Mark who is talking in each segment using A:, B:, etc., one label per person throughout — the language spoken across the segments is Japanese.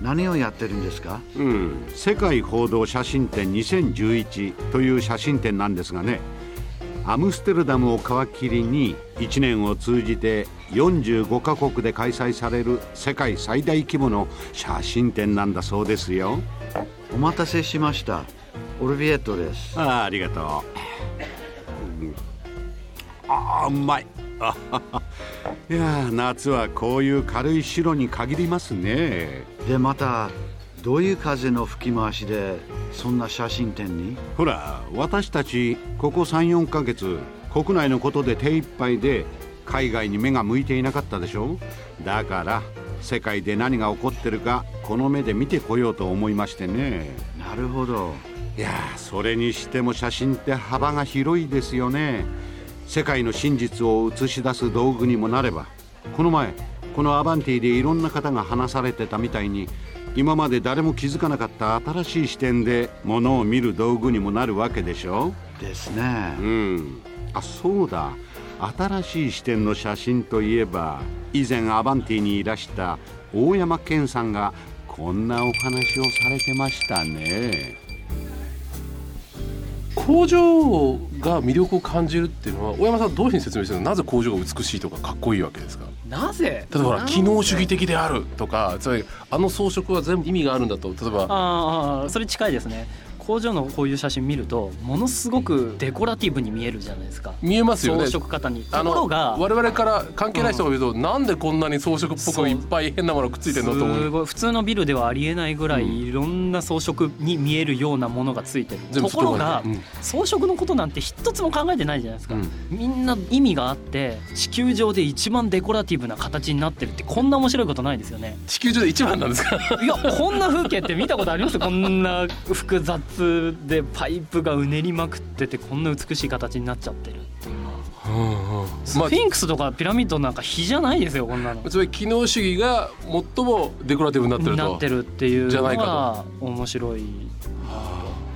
A: 何をやってるんですか
B: うん世界報道写真展2011という写真展なんですがねアムステルダムを皮切りに1年を通じて45カ国で開催される世界最大規模の写真展なんだそうですよ
A: お待たせしましたオルビエートです
B: ああありがとう、うんああうまい あははいやー夏はこういう軽い白に限りますね
A: でまたどういう風の吹き回しでそんな写真展に
B: ほら私たちここ34ヶ月国内のことで手一杯で海外に目が向いていなかったでしょだから世界で何が起こってるかこの目で見てこようと思いましてね
A: なるほど
B: いやーそれにしても写真って幅が広いですよね世界の真実を映し出す道具にもなればこの前このアバンティでいろんな方が話されてたみたいに今まで誰も気づかなかった新しい視点でものを見る道具にもなるわけでしょ
A: ですね
B: うんあそうだ新しい視点の写真といえば以前アバンティにいらした大山健さんがこんなお話をされてましたね
C: 工場が魅力を感じるっていうのは大山さんどういうふうに説明してるのなぜ工場が美しいとかかっこいいわけですか
D: なぜ
C: 例えばほら
D: なぜ
C: 機能主義的であるとかつまりあの装飾は全部意味があるんだと例えば
D: ああそれ近いですね工場のこういう写真見るとものすごくデコラティブに見えるじゃないですか
C: 見えますよね
D: 装飾方に
C: あ
D: とこ
C: の
D: ろが
C: 我々から関係ない人が見ると、なんでこんなに装飾っぽ
D: そ
C: く
D: う
C: いっぱい変なものくっついてるのと思
D: す
C: う
D: ごい普通のビルではありえないぐら
C: うん
D: いいろんな装飾に見えるようなものがついてる
C: 全部
D: ところが
C: 外側に
D: 装飾のことなんて一つも考えてないじゃないですか
C: うん
D: みんな意味があって地球上で一番デコラティブな形になってるってこんな面白いことないですよね
C: 地球上で一番なんですか
D: いやこんな風景って見たことありますこんな複雑でパイプがうねりまくっててこんな美しい形になっちゃってるっていうのはスフ
C: まあ
D: ィンクスとかピラミッドなんか比じゃないですよこんなの
C: つまり機能主義が最もデコラティブになってる
D: に
C: と
D: なってるっていう
C: じゃ
D: の
C: ない
D: が
C: か
D: 面白い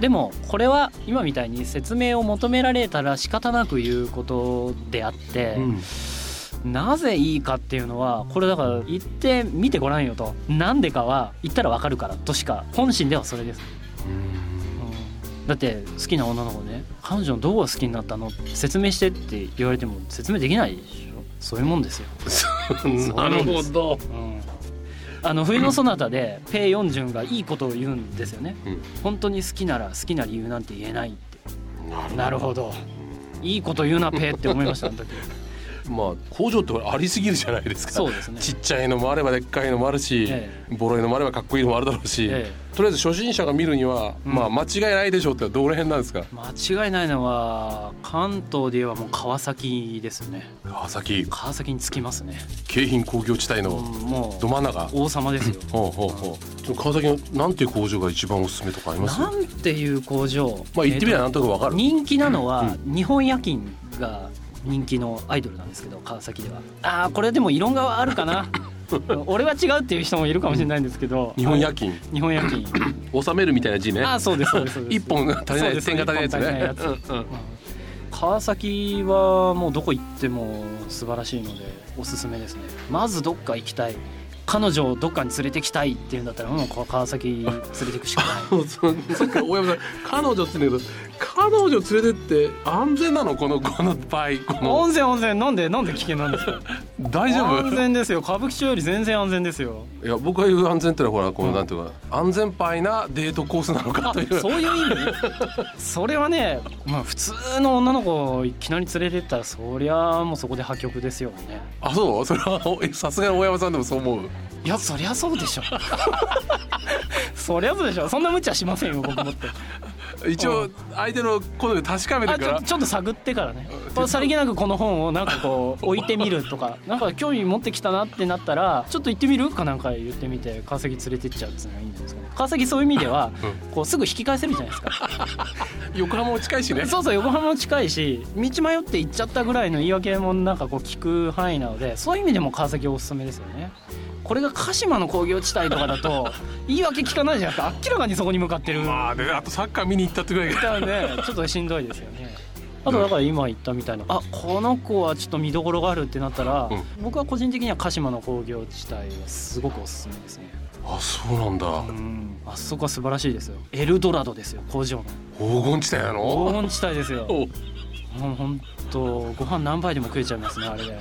D: でもこれは今みたいに説明を求められたら仕方なく言うことであって、
C: うん
D: なぜいいかっていうのはこれだから言ってみてごらんよとなんでかは言ったらわかるからとしか本心ではそれです、うんだって好きな女の子ね彼女のどこが好きになったのって説明してって言われても説明できないでしょそういうもんですよ、
C: なるほど。
D: うんあの冬のソナタでペイ・ヨンジュンがいいことを言うんですよね、
C: うん
D: 本当に好きなら好きな理由なんて言えないってなるほどいいこと言うなペイって思いましたあの 時
C: まあ工場ってほらありすぎるじゃないですか。
D: そうですね
C: ちっちゃいのもあればでっかいのもあるし、
D: え
C: ボロいのもあればかっこいいのもあるだろうし、
D: え
C: とりあえず初心者が見るには、
D: うん
C: まあ間違いないでしょうってどこら辺なんですか。
D: 間違いないのは関東で言えばもう川崎ですね
C: 川崎
D: 川崎に着きますね、
C: 京浜工業地帯
D: うん
C: の
D: も
C: ど真ん中。
D: う王様ですよ
C: ほうほうほう。川崎のなんていう工場が一番おすすめとかあります？ま
D: なんていう工場
C: あ言ってみれば
D: え
C: な
D: ー
C: んとなくわか
D: と
C: る。
D: 人気なのは日本夜勤が人気のアイドルなんですけど川崎ではあーこれでも異論があるか な俺は違うっていう人もいるかもしれないんですけど
C: 日本夜勤
D: 日本夜勤
C: 収めるみたいな字ね。
D: ああそうですそうですそうです
C: 一本足りない点が足りないやつ
D: そう
C: ね
D: で。川崎はもうどこ行っても素晴らしいのでおすすめですねまずどっか行きたい彼女をどっかに連れてきたいっていうんだったらもうこ川崎連れてくし かない
C: そうそうさっき大 山さん彼女って言うんだけど彼女連れてって安全なのこのこの場合この
D: 温泉温泉なんでなんで危険なんですか
C: 大丈
D: 安
C: 夫
D: 全ですよ歌舞伎町より全然安全ですよ
C: いや僕が言う安全ってのはほらこのなんていうか安全パイなデートコースなのか
D: あ
C: という
D: そういう意味 それはね、まあ、普通の女の子をいきなり連れてったらそりゃもうそこで破局ですよね
C: あそうそれはおさすがに大山さんでもそう思う
D: いや そりゃそうでしょそりゃそうでしょそんな無茶しませんよ僕もって
C: 一応相手の好みを確かめ
D: あ
C: て
D: ち
C: か
D: ょ
C: ら
D: ちょっと探ってからね
C: うん
D: こうさりげなくこの本をなんかこう置いてみるとかなんか興味持ってきたなってなったらちょっと行ってみるかなんか言ってみて川崎連れてっちゃうっていうのがいいんじゃないですかね川崎そういう意味ではこうすぐ引き返せるじゃないですか
C: 横浜も近いしね
D: そうそう横浜も近いし道迷って行っちゃったぐらいの言い訳もなんかこう聞く範囲なのでそういう意味でも川崎おすすめですよねこれが鹿島の工業地帯とか だと言い訳聞かないじゃないですか明らかにそこに向かってる
C: まあねあとサッカー見に行ったってぐらいが
D: たんでちょっとしんどいですよねあとだから今言ったみたいなあこの子はちょっと見どころがあるってなったら、
C: うん
D: 僕は個人的には鹿島の工業地帯はすごくおすすめですね
C: あそうなんだ
D: うんあそこは素晴らしいですよエルドラドですよ工場
C: 黄金地帯な
D: の
C: の
D: 黄金地帯ですよ
C: お
D: もうほんとご飯何杯でも食えちゃいますねあれで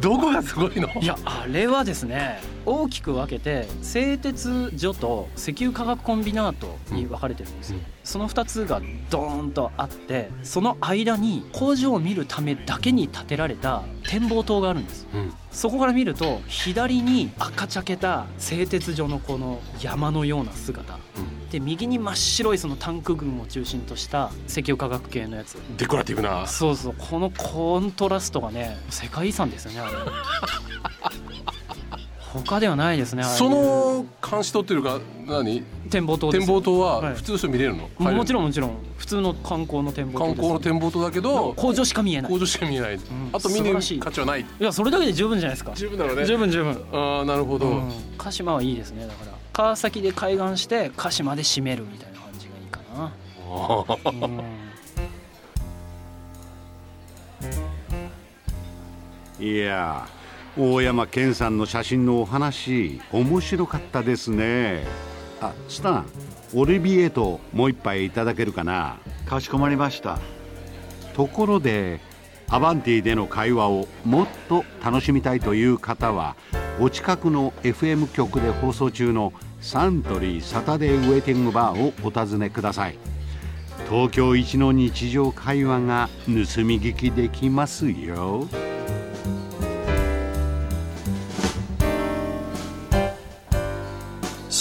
C: どこがすごいの
D: いやあれはですね大きく分けて製鉄所と石油化学コンビナートに分かれてるんですよ、
C: うん
D: その2つがドーンとあってその間に工場を見るためだけに建てられた展望塔があるんです
C: うん
D: そこから見ると左に赤茶けた製鉄所のこの山のような姿、
C: ん
D: で右に真っ白いそのタンク群を中心とした石油化学系のやつ
C: デコラティブな
D: そうそうこのコントラストがね世界遺産ですよ ねあれ他ではないですねああいう
C: その監視塔っていうか何
D: 展望塔です
C: 展望塔は
D: はい
C: 普通の人見れるの、入れる
D: もちろんもちろん普通の観光の展望塔
C: 観
D: です
C: 光の展望塔だけど
D: 工場しか見えない
C: 工
D: い
C: 場しか見えない、
D: ん
C: あと見に
D: 素晴
C: 行
D: らし
C: く
D: い
C: 価値はない
D: やそれだけで十分じゃないですか
C: 十分だろうね
D: 十分十分
C: ああなるほど、
D: うん鹿島はいいですねだから川崎で海岸して鹿島で締めるみたいな感じがいいかな
C: あー
D: うん
B: いやー大山健さんの写真のお話面白かったですねあスタンオリビエともう一杯いただけるかな
A: かしこまりました
B: ところでアバンティでの会話をもっと楽しみたいという方はお近くの FM 局で放送中のサントリーサタデーウェイティングバーをお尋ねください東京一の日常会話が盗み聞きできますよ